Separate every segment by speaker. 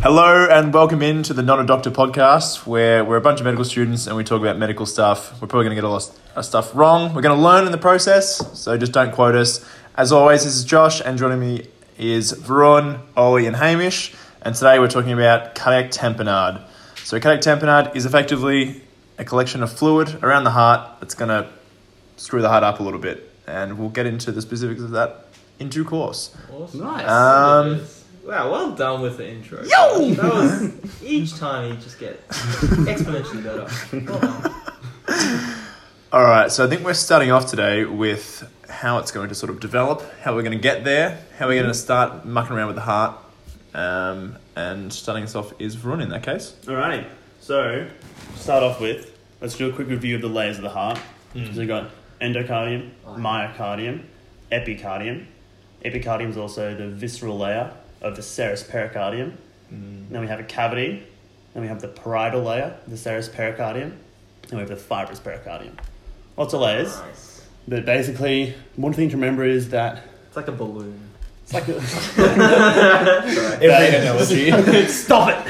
Speaker 1: Hello and welcome in to the Not a Doctor podcast, where we're a bunch of medical students and we talk about medical stuff. We're probably going to get a lot of stuff wrong. We're going to learn in the process, so just don't quote us. As always, this is Josh, and joining me is Varun, Ollie, and Hamish. And today we're talking about cardiac tamponade. So, cardiac tamponade is effectively a collection of fluid around the heart that's going to screw the heart up a little bit. And we'll get into the specifics of that in due course.
Speaker 2: Awesome.
Speaker 3: Nice.
Speaker 1: Um,
Speaker 2: wow, well done with the intro.
Speaker 1: Yo!
Speaker 2: That was each time you just get exponentially better. Oh, Well done.
Speaker 1: All right, so I think we're starting off today with how it's going to sort of develop, how we're going to get there, how we're going to start mucking around with the heart. Um, and starting us off is Varun in that case.
Speaker 3: Alrighty. So, start off with let's do a quick review of the layers of the heart. So we've got endocardium, myocardium, epicardium. Epicardium is also the visceral layer of the serous pericardium. Then we have a cavity. Then we have the parietal layer, the serous pericardium. And we have the fibrous pericardium. Lots of layers.
Speaker 2: Nice.
Speaker 3: But basically, one thing to remember is that
Speaker 2: It's like a balloon.
Speaker 3: it's like a,
Speaker 2: Stop it!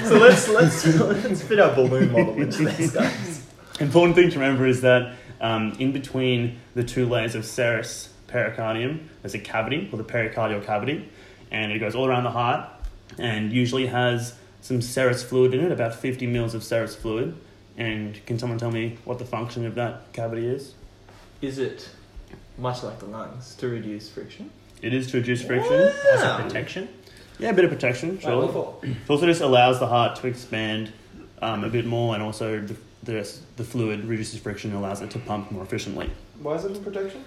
Speaker 2: So let's let's let's fit our balloon model into this, guys.
Speaker 3: Important thing to remember is that um, in between the two layers of serous pericardium, there's a cavity called the pericardial cavity, and it goes all around the heart and usually has some serous fluid in it, about 50 mils of serous fluid. And can someone tell me what the function of that cavity is?
Speaker 2: Is it much like the lungs to reduce friction?
Speaker 3: It is to reduce friction as a
Speaker 2: Wow.
Speaker 3: protection. Yeah, a bit of protection,
Speaker 2: Like
Speaker 3: sure.
Speaker 2: before.
Speaker 3: It also just allows the heart to expand um, a bit more, and also the, the, the fluid reduces friction and allows it to pump more efficiently.
Speaker 4: Why is it in protection?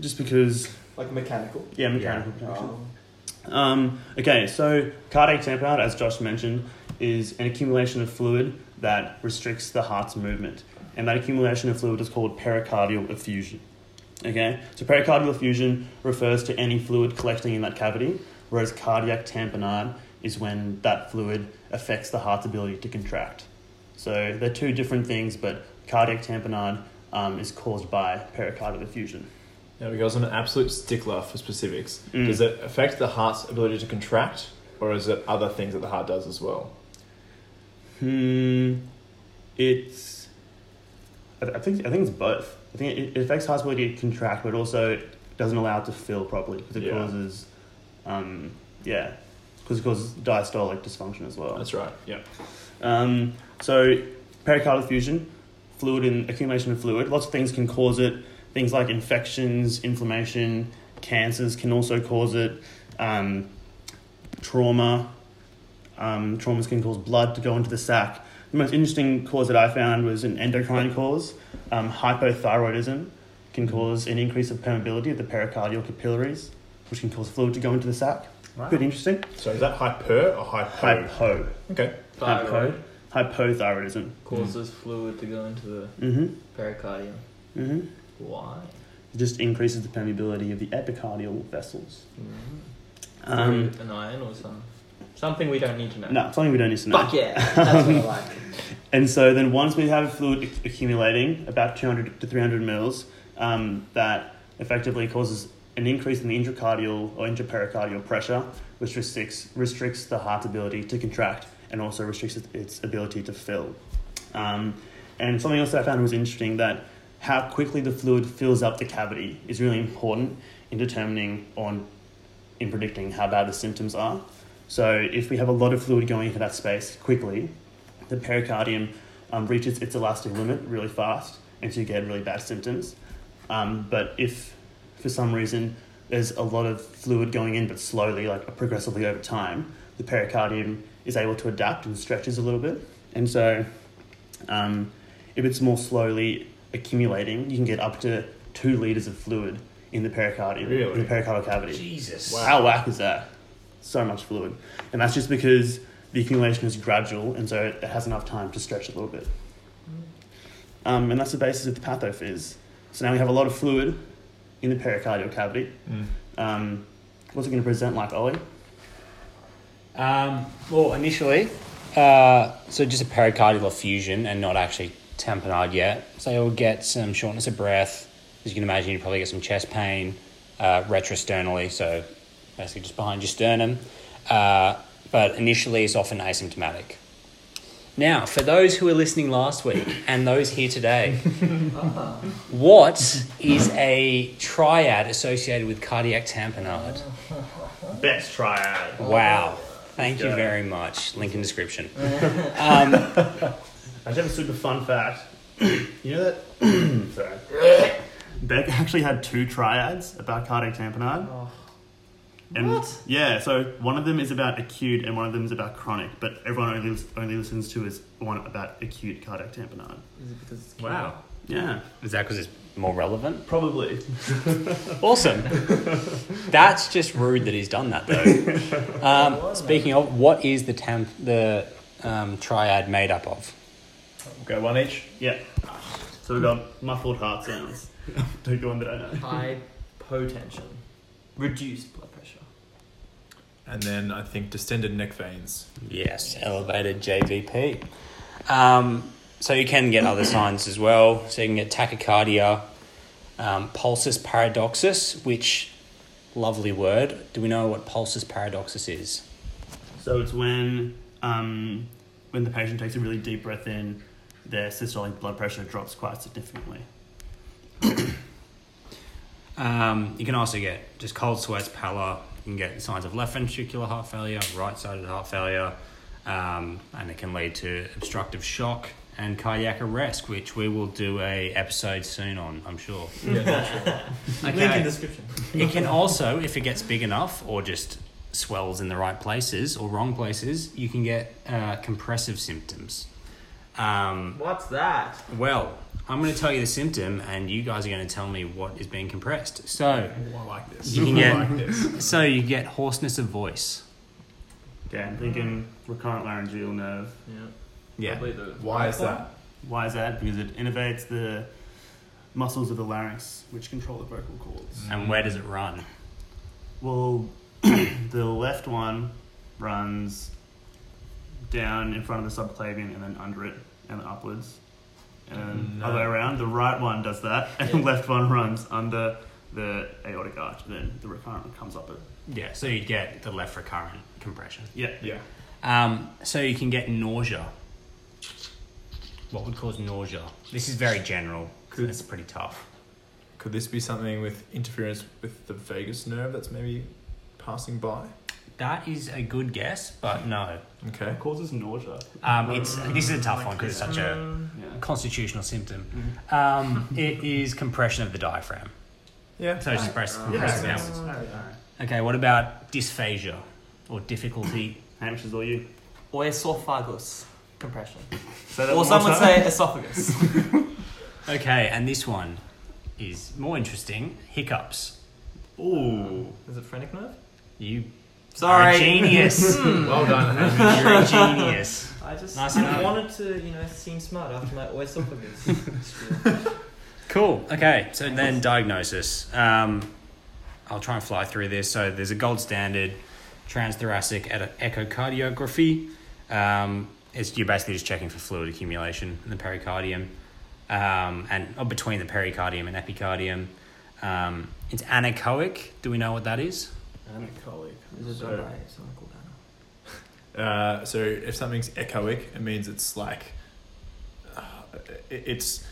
Speaker 3: Just because
Speaker 4: Like mechanical?
Speaker 3: Yeah, mechanical protection. Um, okay, so cardiac tamponade, as Josh mentioned, is an accumulation of fluid that restricts the heart's movement. And that accumulation of fluid is called pericardial effusion. Okay, so pericardial effusion refers to any fluid collecting in that cavity, whereas cardiac tamponade is when that fluid affects the heart's ability to contract. So they're two different things, but cardiac tamponade um, is caused by pericardial effusion.
Speaker 5: There we go. I'm an absolute stickler for specifics.
Speaker 1: Hmm.
Speaker 3: Mm.
Speaker 5: Does it affect the heart's ability to contract, or is it other things that the heart does as well?
Speaker 3: Hmm. It's. I I think I think it's both. I think it, it affects heart ability to contract, but also it doesn't allow it to fill properly because it
Speaker 5: Yeah.
Speaker 3: causes, um, yeah, because it causes diastolic dysfunction as well.
Speaker 5: That's right. Yeah.
Speaker 3: Um, so pericardial effusion, fluid and accumulation of fluid. Lots of things can cause it. Things like infections, inflammation, cancers can also cause it. Um, trauma. Um, traumas can cause blood to go into the sac. The most interesting cause that I found was an endocrine cause. Um, hypothyroidism can cause an increase of permeability of the pericardial capillaries, which can cause fluid to go into the sac.
Speaker 1: Wow.
Speaker 3: Pretty interesting.
Speaker 5: So is that hyper or hypo?
Speaker 3: Hypo.
Speaker 5: Okay.
Speaker 2: Thyroid
Speaker 3: Hypothyroidism.
Speaker 2: causes fluid to go into the
Speaker 3: hmm
Speaker 2: pericardium. Mm-hmm.
Speaker 3: hmm
Speaker 2: Why?
Speaker 3: It just increases the permeability of the epicardial vessels.
Speaker 2: Um,
Speaker 3: Um,
Speaker 2: an iron or some something we don't need to know.
Speaker 3: no, something we don't need to know.
Speaker 2: Fuck yeah, that's what I like.
Speaker 3: And so then once we have fluid ac- accumulating, about 200 to 300 mils, um, that effectively causes an increase in the intracardial or intrapericardial pressure, which restricts, restricts the heart's ability to contract and also restricts it- its ability to fill. Um, and something else that I found was interesting that how quickly the fluid fills up the cavity is really important in determining on in predicting how bad the symptoms are. So if we have a lot of fluid going into that space quickly, the pericardium um, reaches its elastic limit really fast, and so you get really bad symptoms. Um, but if for some reason there's a lot of fluid going in, but slowly, like progressively over time, the pericardium is able to adapt and stretches a little bit. And so, um, if it's more slowly accumulating, you can get up to two liters of fluid in the pericardium, in
Speaker 5: Really?
Speaker 3: the pericardial cavity.
Speaker 1: Jesus.
Speaker 3: How whack is that? So much fluid. And that's just because the accumulation is gradual and so it has enough time to stretch a little bit. Um, and that's the basis of the pathophys. So now we have a lot of fluid in the pericardial cavity.
Speaker 5: Mm.
Speaker 3: Um, what's it going to present like, Ollie?
Speaker 6: Um, well, initially, uh, so just a pericardial effusion and not actually tamponade yet. So you'll get some shortness of breath. As you can imagine, you probably get some chest pain uh, retrosternally, so basically just behind your sternum. Uh, but initially it's often asymptomatic. Now, for those who were listening last week and those here today, what is a triad associated with cardiac tamponade?
Speaker 2: Best triad.
Speaker 6: Wow. Thank you
Speaker 3: Yeah.
Speaker 6: very much. Link in description. Um,
Speaker 3: I just have a super fun fact. you know that? sorry. Beck actually had two triads about cardiac tamponade.
Speaker 2: Oh,
Speaker 3: And
Speaker 2: What?
Speaker 3: Yeah, so one of them is about acute and one of them is about chronic, but everyone only, lis- only listens to is one about acute cardiac tamponade.
Speaker 2: Is it because it's
Speaker 5: Wow.
Speaker 3: Yeah.
Speaker 6: Is that because it's more relevant?
Speaker 3: Probably.
Speaker 6: Awesome. That's just rude that he's done that, though. Um, speaking of, what is the tam- the um, triad made up of?
Speaker 5: We'll go one each.
Speaker 3: Yeah. So we've got muffled heart sounds. Take the one that I know.
Speaker 2: high potension? Reduced blood pressure.
Speaker 5: And then I think distended neck veins.
Speaker 6: Yes, elevated JVP. Um, so you can get other signs as well. So you can get tachycardia, um, pulsus paradoxus, which lovely word. Do we know what pulsus paradoxus is?
Speaker 3: So it's when um, when the patient takes a really deep breath in, their systolic blood pressure drops quite significantly.
Speaker 6: Um, you can also get just cold sweats, pallor. You can get signs of left ventricular heart failure, right sided heart failure, um, and it can lead to obstructive shock and cardiac arrest, which we will do a episode soon on, I'm sure.
Speaker 2: Link in description.
Speaker 6: It can also, if it gets big enough or just swells in the right places or wrong places, you can get uh, compressive symptoms. Um,
Speaker 2: What's that?
Speaker 6: well, I'm going to tell you the symptom, and you guys are going to tell me what is being compressed. So,
Speaker 5: I like this.
Speaker 6: You can get-
Speaker 5: I like this.
Speaker 6: so you get hoarseness of voice.
Speaker 3: Okay, I'm thinking recurrent laryngeal nerve.
Speaker 2: Yeah.
Speaker 6: Yeah.
Speaker 2: Probably the
Speaker 5: Why is that?
Speaker 3: Why is that? Because it innervates the muscles of the larynx, which control the vocal cords.
Speaker 6: And where does it run?
Speaker 3: Well, the left one runs down in front of the subclavian and then under it and then upwards. And then
Speaker 5: No.
Speaker 3: other way around, the right one does that, and the left one runs under the aortic arch, then the recurrent one comes up it.
Speaker 6: Yeah, so you get the left recurrent compression.
Speaker 3: Yeah.
Speaker 5: Yeah.
Speaker 6: Um, so you can get nausea. What would cause nausea? This is very general.
Speaker 5: Could-
Speaker 6: It's pretty tough.
Speaker 5: Could this be something with interference with the vagus nerve that's maybe passing by?
Speaker 6: That is a good guess, but no.
Speaker 5: Okay.
Speaker 3: It causes nausea.
Speaker 6: Um, it's this is a tough one because it's such a
Speaker 3: Yeah.
Speaker 6: constitutional symptom. Um, it is compression of the diaphragm.
Speaker 5: Yeah.
Speaker 6: So it's just press,
Speaker 2: Yeah,
Speaker 6: compressing
Speaker 5: makes
Speaker 6: downwards. Okay, what about dysphagia or difficulty?
Speaker 3: Hampshire's all you.
Speaker 2: Or esophagus compression.
Speaker 3: Say that
Speaker 2: Or
Speaker 3: one
Speaker 2: some
Speaker 3: more
Speaker 2: would
Speaker 3: time.
Speaker 2: say esophagus.
Speaker 6: Okay, and this one is more interesting: hiccups.
Speaker 3: Ooh.
Speaker 2: Is it phrenic nerve?
Speaker 6: You You're
Speaker 2: Sorry.
Speaker 6: a genius.
Speaker 5: Hmm. well done.
Speaker 6: You're a genius.
Speaker 2: I just
Speaker 6: Nice
Speaker 2: I
Speaker 6: enough.
Speaker 2: wanted to, you know, seem smart after my esophagus.
Speaker 6: Cool. Okay. So then diagnosis. Um, I'll try and fly through this. So there's a gold standard transthoracic ed- echocardiography. Um, it's you're basically just checking for fluid accumulation in the pericardium, um, and or between the pericardium and epicardium. Um, it's anechoic. Do we know what that is?
Speaker 3: Anechoic.
Speaker 2: Is it done by someone called Anna?
Speaker 5: Uh, so if something's echoic, it means it's like uh, it- it's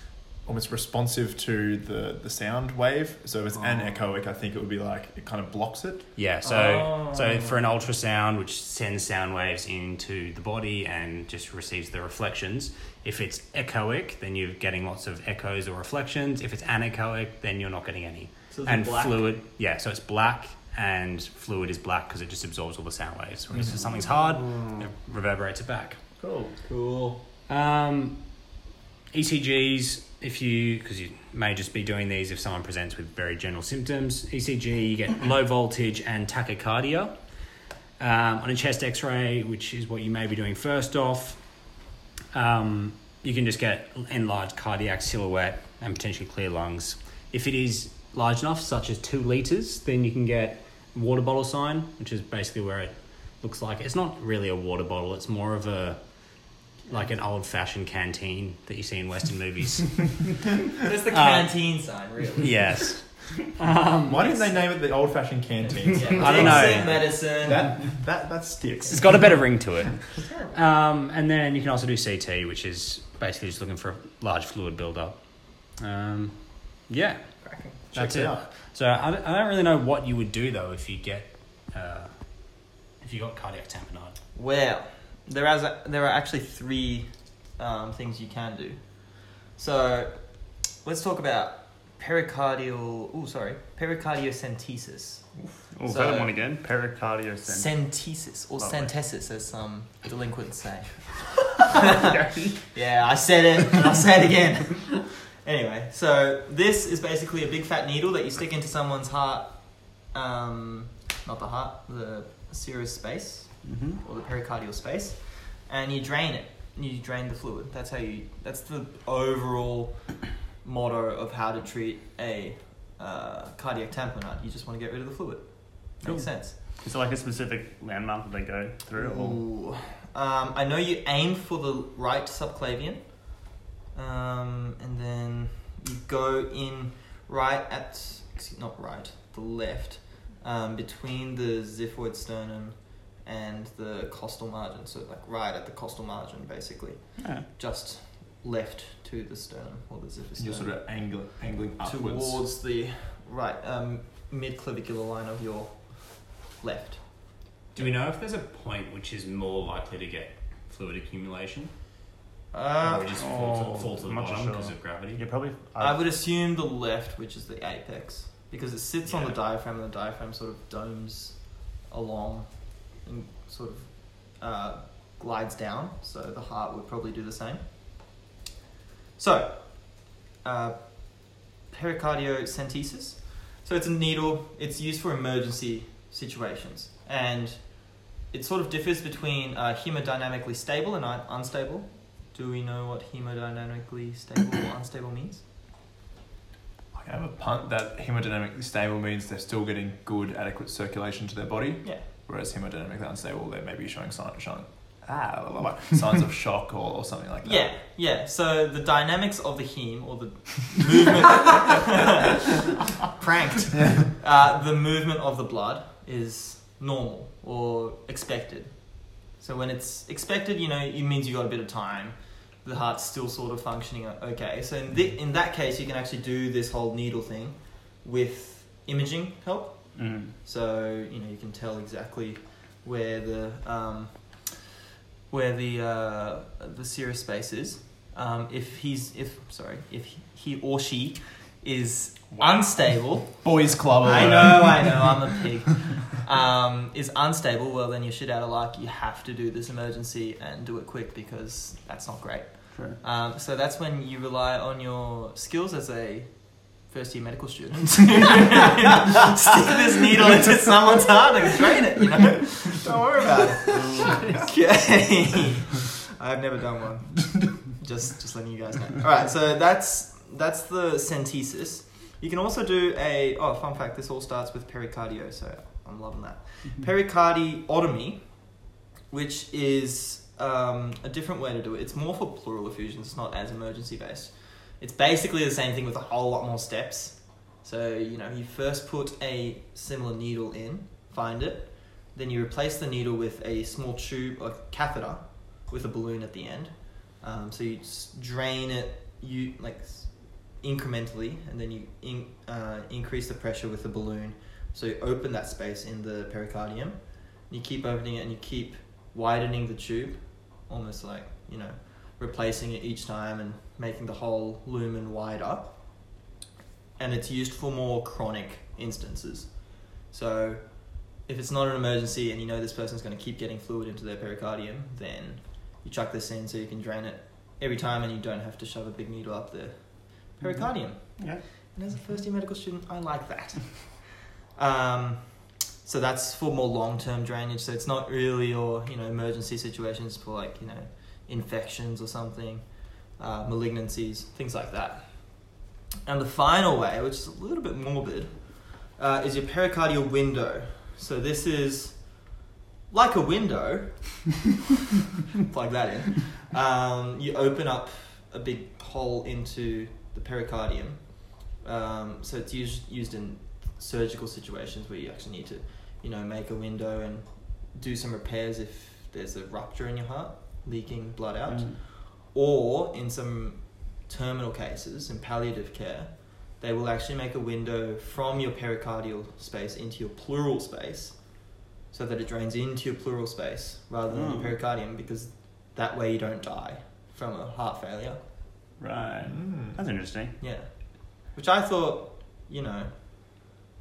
Speaker 5: almost responsive to the the sound wave. So if it's anechoic, I think it would be like it kind of blocks it.
Speaker 6: Yeah, so
Speaker 5: Oh.
Speaker 2: Oh.
Speaker 6: so for an ultrasound, which sends sound waves into the body and just receives the reflections. If it's echoic, then you're getting lots of echoes or reflections. If it's anechoic, then you're not getting any.
Speaker 2: So it's
Speaker 6: and
Speaker 2: black.
Speaker 6: fluid, yeah, so it's black and fluid is black because it just absorbs all the sound waves.
Speaker 2: Mm-hmm.
Speaker 6: Whereas if something's hard, it reverberates it back.
Speaker 3: Cool.
Speaker 2: Cool.
Speaker 6: Um, ECGs, if you, because you may just be doing these if someone presents with very general symptoms. ECG, you get low voltage and tachycardia. Um, on a chest x ray, which is what you may be doing first off, um, you can just get enlarged cardiac silhouette and potentially clear lungs. If it is large enough, such as two litres, then you can get water bottle sign, which is basically where it looks like it's not really a water bottle, it's more of a like an old fashioned canteen that you see in Western movies. Uh,
Speaker 2: That's the canteen sign, really.
Speaker 6: yes. Um,
Speaker 5: Why didn't they name it the old fashioned canteen?
Speaker 6: I don't know.
Speaker 2: Vaccine Medicine.
Speaker 5: That that that sticks.
Speaker 6: It's got a better ring to it. Um, and then you can also do CT, which is basically just looking for a large fluid buildup. Um, yeah,
Speaker 4: Cracking.
Speaker 6: that's
Speaker 5: Checks
Speaker 6: it.
Speaker 5: out.
Speaker 6: So I don't, I don't really know what you would do though if you get uh, if you got cardiac tamponade.
Speaker 2: Well, there is a, there are actually three um, things you can do. So let's talk about pericardial. Oh, sorry, pericardiocentesis.
Speaker 3: Oh,
Speaker 2: So-
Speaker 3: so, that one again. Pericardio
Speaker 2: Centesis or
Speaker 3: Lovely.
Speaker 2: centesis, as some delinquents say. yeah, I said it. and I'll say it again. anyway, so this is basically a big fat needle that you stick into someone's heart, um, not the heart, the serous space
Speaker 3: Mm-hmm.
Speaker 2: or the pericardial space, and you drain it. You drain the fluid. That's how you. That's the overall motto of how to treat a uh, cardiac tamponade. You just want to get rid of the fluid. Makes
Speaker 3: Cool.
Speaker 2: sense.
Speaker 3: Is there like a specific landmark that they go through? Or?
Speaker 2: Ooh. Um, I know you aim for the right subclavian, um, and then you go in right at excuse- not right, the left, um, between the xiphoid sternum and the costal margin. So like right at the costal margin, basically,
Speaker 3: Yeah.
Speaker 2: just left to the sternum or the ziphoid
Speaker 5: You're sort
Speaker 2: sternum,
Speaker 5: of angle, angling upwards.
Speaker 2: towards the right um, mid clavicular line of your left.
Speaker 6: Do we know if there's a point which is more likely to get fluid accumulation,
Speaker 2: Uh,
Speaker 6: or we just fall
Speaker 3: oh,
Speaker 6: to, fall to the
Speaker 3: I'm not
Speaker 6: bottom
Speaker 3: sure.
Speaker 6: because of gravity?
Speaker 3: You're probably.
Speaker 2: I would assume the left, which is the apex, because it sits on the
Speaker 3: Yeah.
Speaker 2: diaphragm, and the diaphragm sort of domes along and sort of uh, glides down. So the heart would probably do the same. So, uh, pericardiocentesis. So it's a needle. It's used for emergency situations, and it sort of differs between uh, hemodynamically stable and un- unstable. Do we know what hemodynamically stable or unstable means?
Speaker 5: I have a punt that hemodynamically stable means they're still getting good, adequate circulation to their body,
Speaker 2: Yeah.
Speaker 5: whereas hemodynamically unstable, they may be showing sign, showing, ah, blah, blah, blah, signs of shock or, or something like that.
Speaker 2: Yeah, yeah. So the dynamics of the heme or the movement pranked. Uh, the movement of the blood is normal or expected. So when it's expected, you know, it means you got a bit of time. The heart's still sort of functioning o- okay. So in thi- in that case, you can actually do this whole needle thing with imaging help.
Speaker 3: Mm.
Speaker 2: So you know you can tell exactly where the um, where the uh, the Sirius space is. Um, if he's if sorry if he or she is unstable.
Speaker 5: Boys club.
Speaker 2: I
Speaker 5: alert.
Speaker 2: know, I know, I'm a pig. Um, is unstable. Well, then you're shit out of luck. You have to do this emergency and do it quick because that's not great.
Speaker 3: True.
Speaker 2: Um, so that's when you rely on your skills as a first year medical student. Stick this needle into someone's heart and drain it, you know? Don't worry about it. okay. I've never done one. Just just letting you guys know. Alright, so that's that's the centesis. You can also do a oh fun fact, this all starts with pericardio, so I'm loving that pericardiotomy, which is um, a different way to do it. It's more for pleural effusion. It's not as emergency based. It's basically the same thing with a whole lot more steps. So you know, you first put a similar needle in, find it, then you replace the needle with a small tube or catheter with a balloon at the end. Um, so you s- drain it, you like s- incrementally, and then you in, uh, increase the pressure with the balloon. So you open that space in the pericardium. You keep opening it and you keep widening the tube, almost like, you know, replacing it each time and making the whole lumen wider. And it's used for more chronic instances. So if it's not an emergency and you know this person's going to keep getting fluid into their pericardium, then you chuck this in so you can drain it every time and you don't have to shove a big needle up the pericardium.
Speaker 3: Yeah.
Speaker 2: And as a first year medical student, I like that. Um, so that's for more long term drainage. So it's not really your you know emergency situations for like you know infections or something, uh, malignancies, things like that. And the final way, which is a little bit morbid, uh, is your pericardial window. So this is like a window. plug that in. Um, you open up a big hole into the pericardium Um, so it's used used in surgical situations where you actually need to, you know, make a window and do some repairs if there's a rupture in your heart, leaking blood out,
Speaker 3: Mm.
Speaker 2: or in some terminal cases in palliative care, they will actually make a window from your pericardial space into your pleural space, so that it drains into your pleural space rather than
Speaker 3: Oh.
Speaker 2: your pericardium because that way you don't die from a heart failure.
Speaker 3: Right.
Speaker 1: hmm,
Speaker 5: Mm.
Speaker 3: That's interesting.
Speaker 2: Yeah. Which I thought, you know,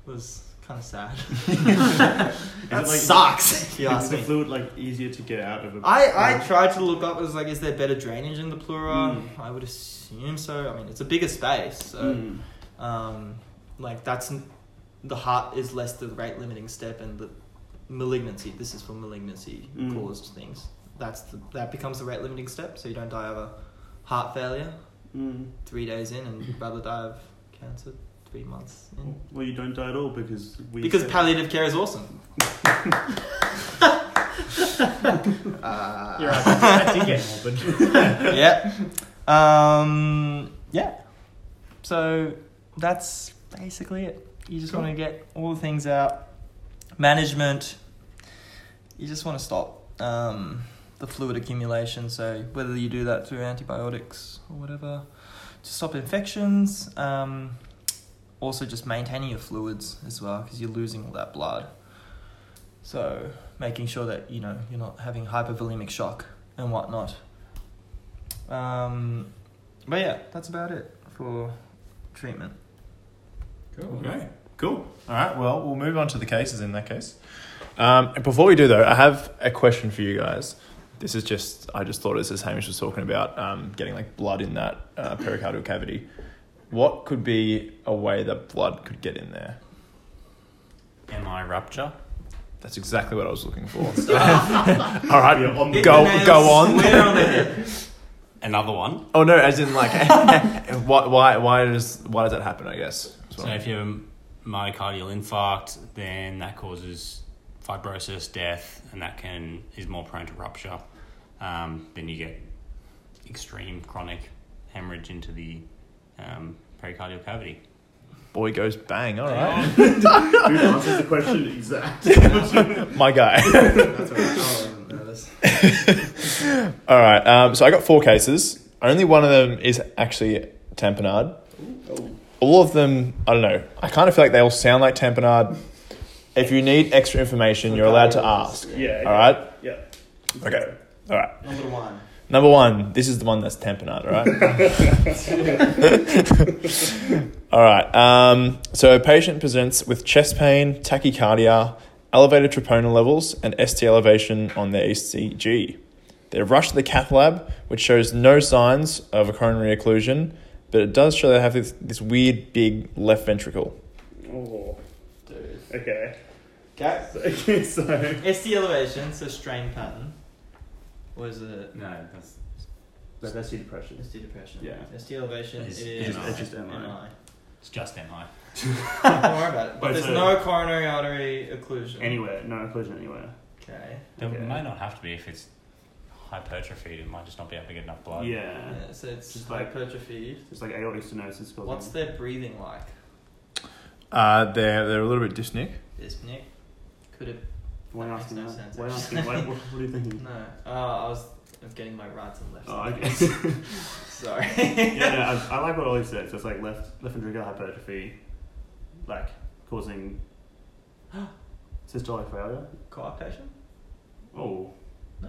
Speaker 2: was kind of sad.
Speaker 3: Is
Speaker 2: that
Speaker 3: it like-
Speaker 2: sucks, if you
Speaker 3: Is
Speaker 2: ask
Speaker 3: the
Speaker 2: me.
Speaker 3: fluid like easier to get out of a
Speaker 2: I, I tried to look up, it was like, is there better drainage in the pleura?
Speaker 3: Mm.
Speaker 2: I would assume so. I mean, it's a bigger space, so,
Speaker 3: Mm.
Speaker 2: um, like, that's n- the heart is less the rate limiting step and the malignancy. This is for malignancy
Speaker 3: Mm.
Speaker 2: caused things. That's the, that becomes the rate limiting step, so you don't die of a heart failure
Speaker 3: Mm.
Speaker 2: three days in and you'd rather die of cancer three months in.
Speaker 3: Well, you don't die at all because we
Speaker 2: Mm. Because
Speaker 3: said-
Speaker 2: palliative care is awesome. Uh,
Speaker 6: You're right. I did get morbid.
Speaker 2: yeah. Um, yeah. So that's basically it. You just want to get all the things out. Management. You just want to stop um, the fluid accumulation. So whether you do that through antibiotics or whatever, to stop infections. Um, also, just maintaining your fluids as well because you're losing all that blood. So making sure that you know you're not having hypervolemic shock and whatnot. Um, but yeah, that's about it for treatment.
Speaker 5: Cool.
Speaker 1: Okay. Cool. All right. Well, we'll move on to the cases in that case. Um, and before we do, though, I have a question for you guys. This is just, I just thought of this as Hamish was talking about um, getting like blood in that uh, pericardial cavity. What could be a way that blood could get in there?
Speaker 6: MI rupture.
Speaker 1: That's exactly what I was looking for. All right.
Speaker 3: Yeah, on the-
Speaker 1: Go- go on.
Speaker 6: Another one.
Speaker 1: Oh no, as in like, why, why, why does, why does that happen? I guess. is what
Speaker 6: So
Speaker 1: I'm-
Speaker 6: if you're myocardial infarct, then that causes fibrosis, death, and that can is more prone to rupture. Um, then you get extreme chronic hemorrhage into the um, pericardial cavity.
Speaker 1: Boy goes bang. All right,
Speaker 3: Who answers the question exactly?
Speaker 1: my guy.
Speaker 2: Oh,
Speaker 1: All right. Um, so I got four cases. Only one of them is actually tamponade. All of them, I don't know. I kind of feel like they all sound like tamponade. If you need extra information, you're allowed to ask.
Speaker 3: Yeah.
Speaker 1: All right.
Speaker 3: Yeah.
Speaker 1: Okay. All right.
Speaker 4: Number one.
Speaker 1: Number one, this is the one that's tamponade, all right? all right. Um, so a patient presents with chest pain, tachycardia, elevated troponin levels, and ST elevation on their E ECG. They're rushed to the cath lab, which shows no signs of a coronary occlusion, but it does show they have this, this weird big left ventricle.
Speaker 3: Oh,
Speaker 2: Dude.
Speaker 3: okay.
Speaker 4: Okay.
Speaker 3: Okay, so
Speaker 2: ST elevation, so strain pattern. What is it?
Speaker 6: No, that's
Speaker 3: that's actually depression.
Speaker 2: ST depression.
Speaker 3: Yeah.
Speaker 2: ST elevation
Speaker 6: It's
Speaker 2: is,
Speaker 6: MI. It's
Speaker 3: just MI.
Speaker 6: it's just MI.
Speaker 2: Don't worry about it.
Speaker 3: Wait,
Speaker 2: But there's
Speaker 3: so-
Speaker 2: no coronary artery occlusion.
Speaker 3: Anywhere, no occlusion anywhere.
Speaker 2: Okay.
Speaker 6: There
Speaker 3: Okay.
Speaker 6: may not have to be if it's hypertrophied. It might just not be able to get enough blood.
Speaker 3: Yeah.
Speaker 2: Yeah, so it's
Speaker 3: Just like-
Speaker 2: hypertrophy.
Speaker 3: It's like aortic stenosis. causing-
Speaker 2: What's their breathing like?
Speaker 5: Uh, they're, they're a little bit dysnic.
Speaker 2: This Nick? Could it?
Speaker 3: Why
Speaker 2: That
Speaker 3: asking
Speaker 2: makes no
Speaker 3: that?
Speaker 2: sense,
Speaker 3: Why
Speaker 2: actually.
Speaker 3: asking? Why, what, what are you thinking?
Speaker 2: No. Oh, I was I'm getting my rights and lefts.
Speaker 3: Oh,
Speaker 2: and
Speaker 3: okay.
Speaker 2: rights. Sorry.
Speaker 3: yeah, no, I, I like what Ollie said. So it's like left left ventricular hypertrophy, like causing systolic failure.
Speaker 2: Coarctation?
Speaker 3: Oh.
Speaker 2: No.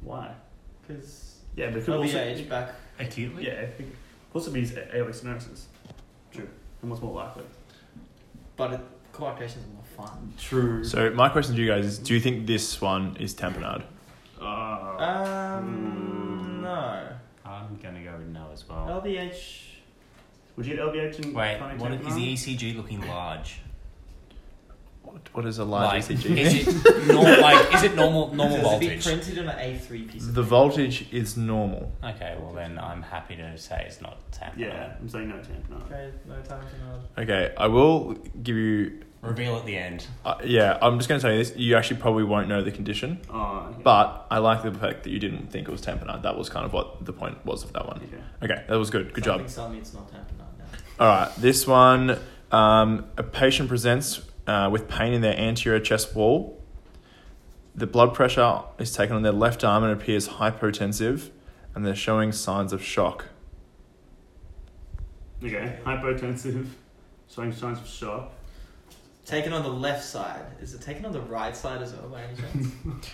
Speaker 3: Why?
Speaker 2: Because
Speaker 3: Yeah, but it could also
Speaker 2: LBH back.
Speaker 6: Acutely.
Speaker 3: yeah, it could also be aortic stenosis. True. And what's more likely?
Speaker 2: But it, coarctation's more fun.
Speaker 3: True.
Speaker 5: So my question to you guys is, do you think this one is tamponade?
Speaker 3: Uh,
Speaker 2: Um,
Speaker 3: Hmm.
Speaker 2: no.
Speaker 6: I'm gonna go with no as well.
Speaker 2: LBH.
Speaker 3: would you get LBH and
Speaker 6: Wait,
Speaker 3: Oh, chronic
Speaker 6: what is
Speaker 3: tamponade?
Speaker 2: E?
Speaker 6: the ECG looking large?
Speaker 5: What, what is E a
Speaker 1: E
Speaker 5: large
Speaker 6: like,
Speaker 5: ECG?
Speaker 6: Is it normal? Like, is it normal normal
Speaker 2: Does it be
Speaker 6: voltage?
Speaker 2: printed on an A3 piece of
Speaker 5: The voltage is normal.
Speaker 6: Okay, well then I'm happy to say it's not tamponade.
Speaker 3: Yeah, I'm saying no tamponade.
Speaker 2: Okay, no time to nod.
Speaker 5: Okay, I will give you
Speaker 6: Reveal at the end.
Speaker 5: Uh, yeah, I'm just going to tell you this. You actually probably won't know the condition,
Speaker 3: Oh, okay.
Speaker 5: but I like the fact that you didn't think it was tamponade. That was kind of what the point was of that one.
Speaker 3: Okay.
Speaker 5: Okay, that was good. Good
Speaker 2: Something
Speaker 5: job.
Speaker 2: Tell me it's not happening right now.
Speaker 1: All right, this one um, a patient presents uh, with pain in their anterior chest wall. The blood pressure is taken on their left arm and appears hypotensive, and they're showing signs of shock.
Speaker 3: Okay, hypotensive, showing signs of shock.
Speaker 2: Taken on the left side. Is it taken on the right side as well by any chance?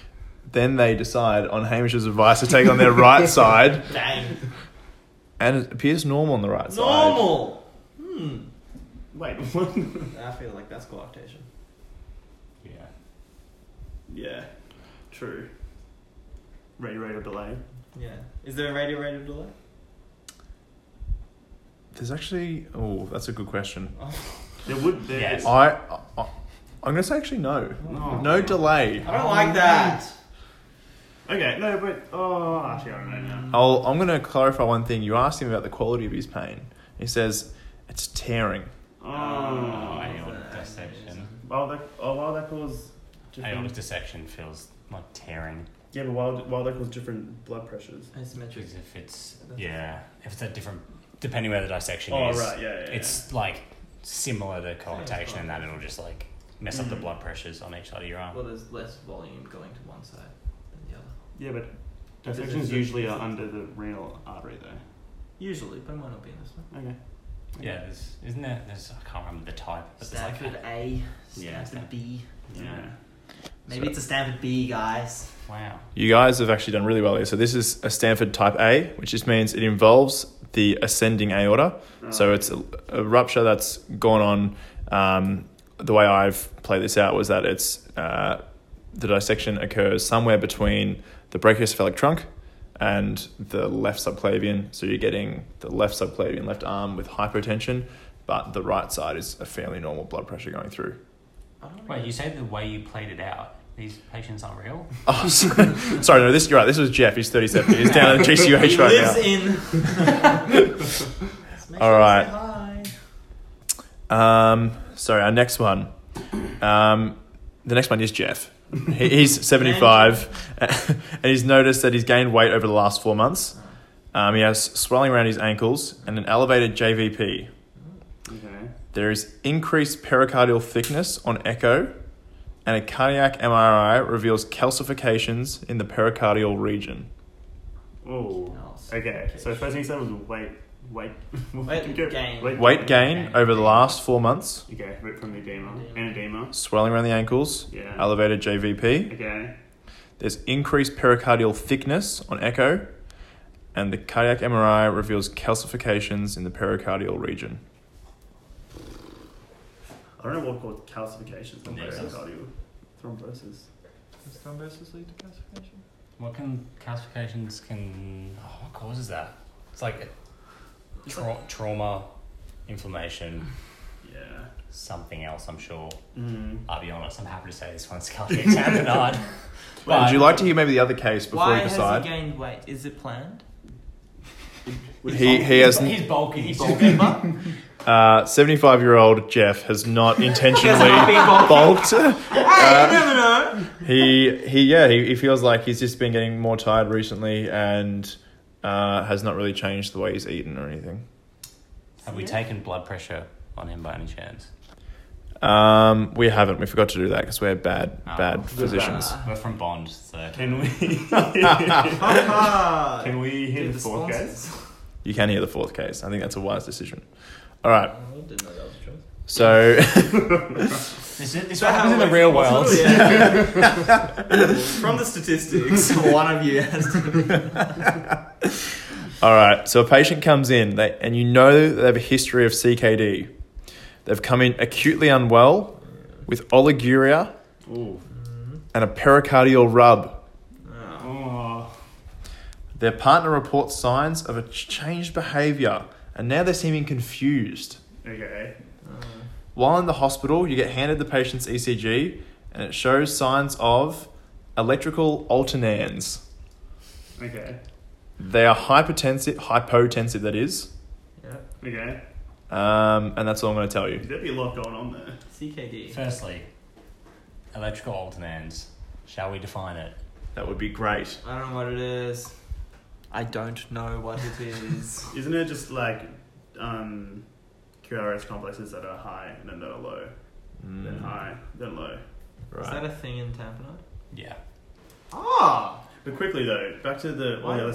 Speaker 1: Then they decide on Hamish's advice to take on their right side,
Speaker 2: Dang.
Speaker 1: and it appears normal on the right side.
Speaker 2: Normal! Hmm.
Speaker 3: Wait, what?
Speaker 2: I feel like that's cooptation.
Speaker 6: Yeah.
Speaker 3: yeah, true. Radiator delay.
Speaker 2: Yeah. Is there a radio radio delay?
Speaker 1: There's actually, oh, that's a good question.
Speaker 3: There would there.
Speaker 6: Yes.
Speaker 1: I, I I'm gonna say actually no,
Speaker 3: No.
Speaker 1: no delay.
Speaker 2: I don't like that.
Speaker 3: Okay, no, but oh, actually, I don't know now.
Speaker 1: I'll, I'm going to clarify one thing. You asked him about the quality of his pain. He says it's tearing.
Speaker 3: Oh,
Speaker 6: aortic dissection.
Speaker 3: while that, oh, while that cause
Speaker 6: Aortic
Speaker 3: different.
Speaker 6: dissection feels like tearing.
Speaker 3: Yeah, but while while that cause different blood pressures.
Speaker 2: Asymmetric.
Speaker 6: Because if it's yeah, if it's a different, depending where the dissection
Speaker 3: Oh
Speaker 6: is,
Speaker 3: right, yeah, yeah. yeah.
Speaker 6: it's like similar to coarctation in that it'll just like mess up the
Speaker 3: Mhm.
Speaker 6: blood pressures on each side of your arm.
Speaker 2: Well, there's less volume going to one side than the other.
Speaker 3: yeah, but
Speaker 2: But this
Speaker 3: dissections
Speaker 2: is-
Speaker 3: usually are under the renal artery though.
Speaker 2: Usually, but it might not be in this one.
Speaker 3: Okay.
Speaker 6: Yeah, there's, isn't there? There's I can't remember the type, but there's like
Speaker 2: Stanford
Speaker 6: a,
Speaker 2: A,
Speaker 6: Yeah,
Speaker 2: Stanford B.
Speaker 3: Yeah.
Speaker 2: Maybe it's a Stanford B, guys.
Speaker 6: wow.
Speaker 1: You guys have actually done really well here. So this is a Stanford Type A, which just means it involves the ascending aorta. So it's a, a rupture that's gone on. Um, the way I've played this out was that it's uh, the dissection occurs somewhere between the brachiocephalic trunk and the left subclavian. So you're getting the left subclavian, left arm with hypotension, but the right side is a fairly normal blood pressure going through.
Speaker 2: I don't
Speaker 6: Wait,
Speaker 2: know.
Speaker 6: you say the way you played it out, these patients aren't real?
Speaker 1: Oh, sorry, sorry no, this you're right. This was Jeff. He's 37. He's down at
Speaker 2: he
Speaker 1: GCUH right now.
Speaker 2: lives in. Let's make
Speaker 1: All
Speaker 2: sure we
Speaker 1: right.
Speaker 2: say hi.
Speaker 1: Um, sorry, our next one. Um, the next one is Jeff. He- He's 75 and he's noticed that he's gained weight over the last four months. Um, he has swelling around his ankles and an elevated JVP.
Speaker 3: Okay.
Speaker 1: There is increased pericardial thickness on echo, and a cardiac MRI reveals calcifications in the pericardial region.
Speaker 3: Oh. Okay. So first thing you said was weight, weight,
Speaker 2: Weight gain.
Speaker 1: Weight gain over the last four months,
Speaker 3: Okay, weight from the edema. And edema.
Speaker 1: swelling around the ankles,
Speaker 3: Yeah.
Speaker 1: elevated JVP.
Speaker 3: Okay.
Speaker 1: There's increased pericardial thickness on echo, and the cardiac MRI reveals calcifications in the pericardial region.
Speaker 3: I don't know what called calcifications.
Speaker 6: Necrosis.
Speaker 3: Thrombosis. Thrombosis.
Speaker 2: Does thrombosis lead to calcification?
Speaker 6: What can calcifications can oh, what causes that? It's like a tra- trauma, inflammation,
Speaker 3: Yeah.
Speaker 6: something else. I'm sure.
Speaker 3: Mm.
Speaker 6: I'll be honest. I'm happy to say this one's cardiac tamponade.
Speaker 1: Well,
Speaker 6: But-
Speaker 1: would you like to hear maybe the other case before
Speaker 2: Why
Speaker 1: you
Speaker 2: has
Speaker 1: decide?
Speaker 2: he gained weight? Is it planned?
Speaker 1: He, he, has
Speaker 6: He's bulky. He's bulky.
Speaker 2: Remember?
Speaker 1: uh, 75 year old Jeff has not intentionally
Speaker 2: Not being bulky.
Speaker 1: bulked.
Speaker 2: Hey, you never know.
Speaker 1: He he yeah he, he feels like he's just been getting more tired recently and uh, has not really changed the way he's eaten or anything.
Speaker 6: Have we taken blood pressure on him by any chance?
Speaker 1: Um, we haven't. We forgot to do that because we're bad
Speaker 6: Oh.
Speaker 1: bad physicians.
Speaker 3: Uh.
Speaker 6: We're from Bond, so
Speaker 3: Can we?
Speaker 2: Ah,
Speaker 3: can we
Speaker 2: do
Speaker 3: hear the
Speaker 2: the
Speaker 3: fourth
Speaker 2: sponsors.
Speaker 3: case?
Speaker 1: You can hear the fourth case. I think that's a wise decision. All right.
Speaker 2: I didn't know that was a choice.
Speaker 1: So
Speaker 6: this is this
Speaker 2: So how
Speaker 6: happens in the
Speaker 2: we-
Speaker 6: real world.
Speaker 2: Yeah. From the statistics, one of you has to.
Speaker 1: All right. So a patient comes in, they, and you know that they have a history of CKD. They've come in acutely unwell with oliguria
Speaker 3: Ooh.
Speaker 1: and a pericardial rub.
Speaker 3: Oh.
Speaker 1: Their partner reports signs of a ch- changed behavior, and now they're seeming confused.
Speaker 3: Okay.
Speaker 2: oh,
Speaker 1: While in the hospital, you get handed the patient's ECG, and it shows signs of electrical alternans.
Speaker 3: Okay.
Speaker 1: They are hypertensive, hypotensive, that is.
Speaker 2: Yeah.
Speaker 3: Okay.
Speaker 1: Um, and that's all I'm going to tell you.
Speaker 3: There'd be a lot going on there.
Speaker 2: CKD.
Speaker 6: Firstly, electrical alternans. Shall we define it?
Speaker 1: That would be great.
Speaker 2: I don't know what it is. I don't know what it is.
Speaker 3: Isn't it just like um, QRS complexes that are high and then that are low,
Speaker 1: Mm.
Speaker 3: then high, then low.
Speaker 2: Is that a thing in tamponade?
Speaker 6: Yeah.
Speaker 2: Ah,
Speaker 3: But quickly though, back to the all
Speaker 2: Why?
Speaker 3: the other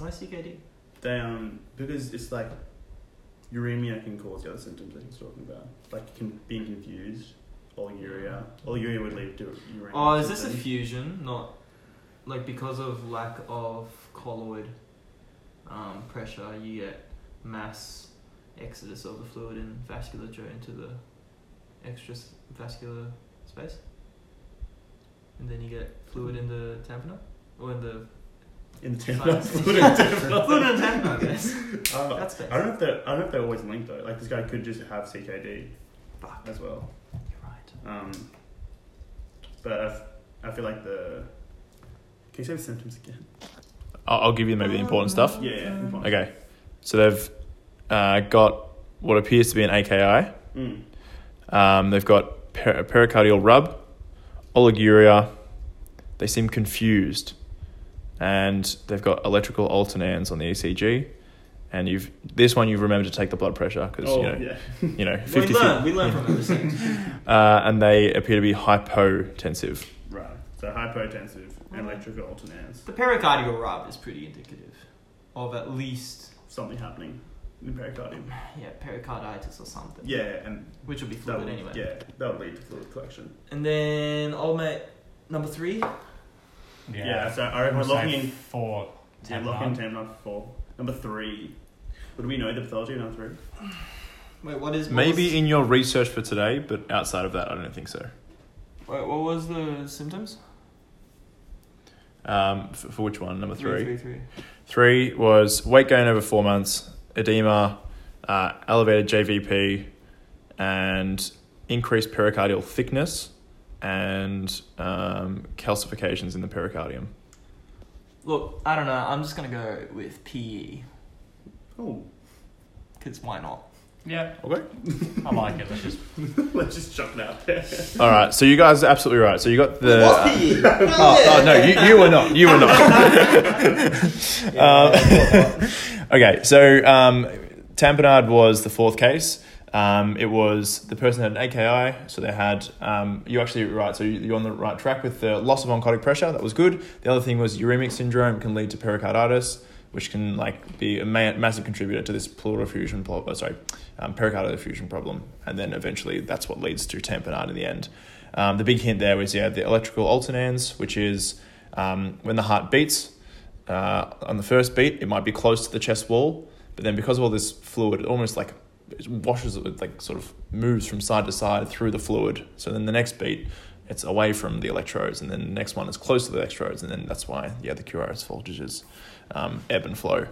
Speaker 2: it's my CKD.
Speaker 3: They um because it's like uremia can cause the other symptoms that he's talking about, like con- being confused, or urea. Or urea would lead to uremia.
Speaker 2: Oh, is this a
Speaker 3: symptoms.
Speaker 2: fusion? Not like because of lack of colloid um, pressure, you get mass exodus of the fluid and vasculature into the extravascular space, and then you get fluid in the tamponade or in the
Speaker 3: in the
Speaker 2: sinus.
Speaker 3: Fluid in the
Speaker 2: fluid in the tamponade. Yes.
Speaker 3: Uh,
Speaker 2: That's best.
Speaker 3: I don't know if they're I don't know if they're always linked though. Like this guy could just have CKD
Speaker 2: Fuck.
Speaker 3: as well.
Speaker 2: You're right.
Speaker 3: Um, but I, f- I feel like the can you say the symptoms again?
Speaker 1: I'll, I'll give you maybe the important
Speaker 2: Oh,
Speaker 1: stuff.
Speaker 3: Yeah. yeah, important.
Speaker 1: Okay, so they've uh, got what appears to be an AKI.
Speaker 3: Mm.
Speaker 1: Um, they've got per- pericardial rub, oliguria. They seem confused, and they've got electrical alternans on the ECG. And you've this one you've remembered to take the blood pressure because
Speaker 3: Oh
Speaker 1: you know
Speaker 3: yeah.
Speaker 1: you know
Speaker 2: Well,
Speaker 1: fifty.
Speaker 2: we learn. We learn from everything.
Speaker 1: Uh, and they appear to be hypotensive.
Speaker 3: Right. So hypotensive and electrical alternance.
Speaker 2: the pericardial rub is pretty indicative of at least
Speaker 3: Something happening in the pericardium.
Speaker 2: yeah pericarditis or something.
Speaker 3: Yeah, and
Speaker 2: Which will be
Speaker 3: that
Speaker 2: fluid
Speaker 3: would,
Speaker 2: anyway.
Speaker 3: yeah, that would lead to fluid collection.
Speaker 2: And then old mate number three.
Speaker 3: Yeah. so I reckon we're
Speaker 6: We'll
Speaker 3: locking
Speaker 6: say
Speaker 3: in.
Speaker 6: four.
Speaker 3: Yeah,
Speaker 6: Tamponade.
Speaker 3: locking in Tamron for four. Number three. Would we know the pathology of number three?
Speaker 2: Wait, what is what
Speaker 1: Maybe
Speaker 2: was-
Speaker 1: in your research for today, but outside of that, I don't think so.
Speaker 2: wait, what was the symptoms?
Speaker 1: Um, for, for which one? Number three.
Speaker 2: Three, three, three.
Speaker 1: Three was weight gain over four months, edema, uh, elevated JVP, and increased pericardial thickness and um, calcifications in the pericardium.
Speaker 2: Look, I don't know. I'm just gonna go with PE
Speaker 3: Oh,
Speaker 2: because why not?
Speaker 6: Yeah,
Speaker 1: Okay.
Speaker 6: I like it. Let's just
Speaker 3: let's just chuck it out there.
Speaker 1: All right. So you guys are absolutely right. So you got the.
Speaker 2: PE?
Speaker 1: Oh, oh, no, you, you were not. You were not. Um, okay, so um, Tamponade was the fourth case. Um, it was the person had an AKI, so they had. Um, you actually right, so you- you're on the right track with the loss of oncotic pressure. That was good. The other thing was uremic syndrome can lead to pericarditis, which can like be a ma- massive contributor to this pleural effusion. Pro- oh, sorry, um, pericardial effusion problem, and then eventually that's what leads to tamponade in the end. Um, the big hint there was yeah the electrical alternans, which is um, when the heart beats. Uh, on the first beat, it might be close to the chest wall, but then because of all this fluid, it almost like it washes it like sort of moves from side to side through the fluid. So then the next beat, it's away from the electrodes, and then the next one is close to the electrodes, and then that's why yeah the QRS voltages um, ebb and flow.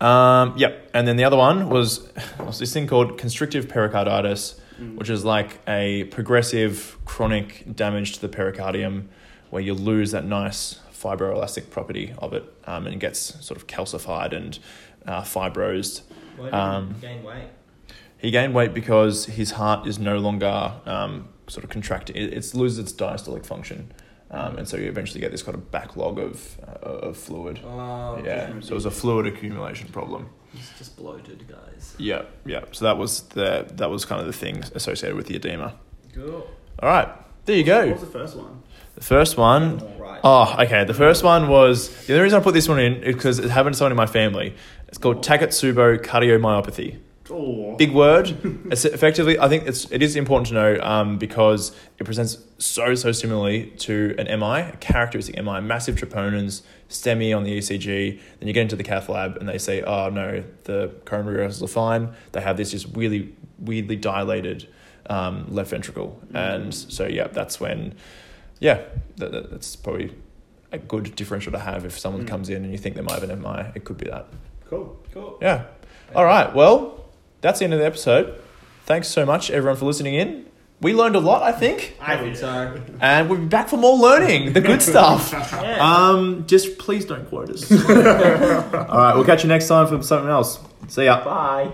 Speaker 1: Um, yep, and then the other one was was this thing called constrictive pericarditis, which is like a progressive chronic damage to the pericardium, where you lose that nice fibroelastic property of it, um, and it gets sort of calcified and uh, fibrosed.
Speaker 2: Why did
Speaker 1: Um,
Speaker 2: you gain weight?
Speaker 1: He gained weight because his heart is no longer um, sort of contracting; it, it's loses its diastolic function, um, and so you eventually get this kind of backlog of uh, of fluid.
Speaker 2: Oh,
Speaker 1: yeah, so it was a fluid accumulation problem.
Speaker 2: he's just bloated, guys.
Speaker 1: Yeah, yeah. So that was the that was kind of the thing associated with the edema.
Speaker 2: Cool.
Speaker 1: All right, there you
Speaker 3: What
Speaker 1: go.
Speaker 3: was the first one?
Speaker 1: The first one.
Speaker 2: All right.
Speaker 1: Oh, okay. The first one was the only reason I put this one in is because it happened to someone in my family. It's called Takotsubo cardiomyopathy.
Speaker 3: Oh,
Speaker 1: Big word. It's effectively, I think it's it is important to know um, because it presents so so similarly to an MI, a characteristic MI, massive troponins, STEMI on the ECG. Then you get into the cath lab and they say, oh no, the coronary vessels are fine. They have this just really weirdly dilated um, left ventricle, and so yeah, that's when, yeah, that, that- that's probably a good differential to have if someone
Speaker 3: Mm.
Speaker 1: comes in and you think they might have an MI. It could be that.
Speaker 3: cool, cool.
Speaker 1: Yeah. All right. Well, that's the end of the episode. Thanks so much, everyone, for listening in. We learned a lot, I think,
Speaker 2: I think so.
Speaker 1: and we'll be back for more learning, the good stuff.
Speaker 2: Yeah.
Speaker 1: Um, just please don't quote us. All right. We'll catch you next time for something else. See ya.
Speaker 2: Bye.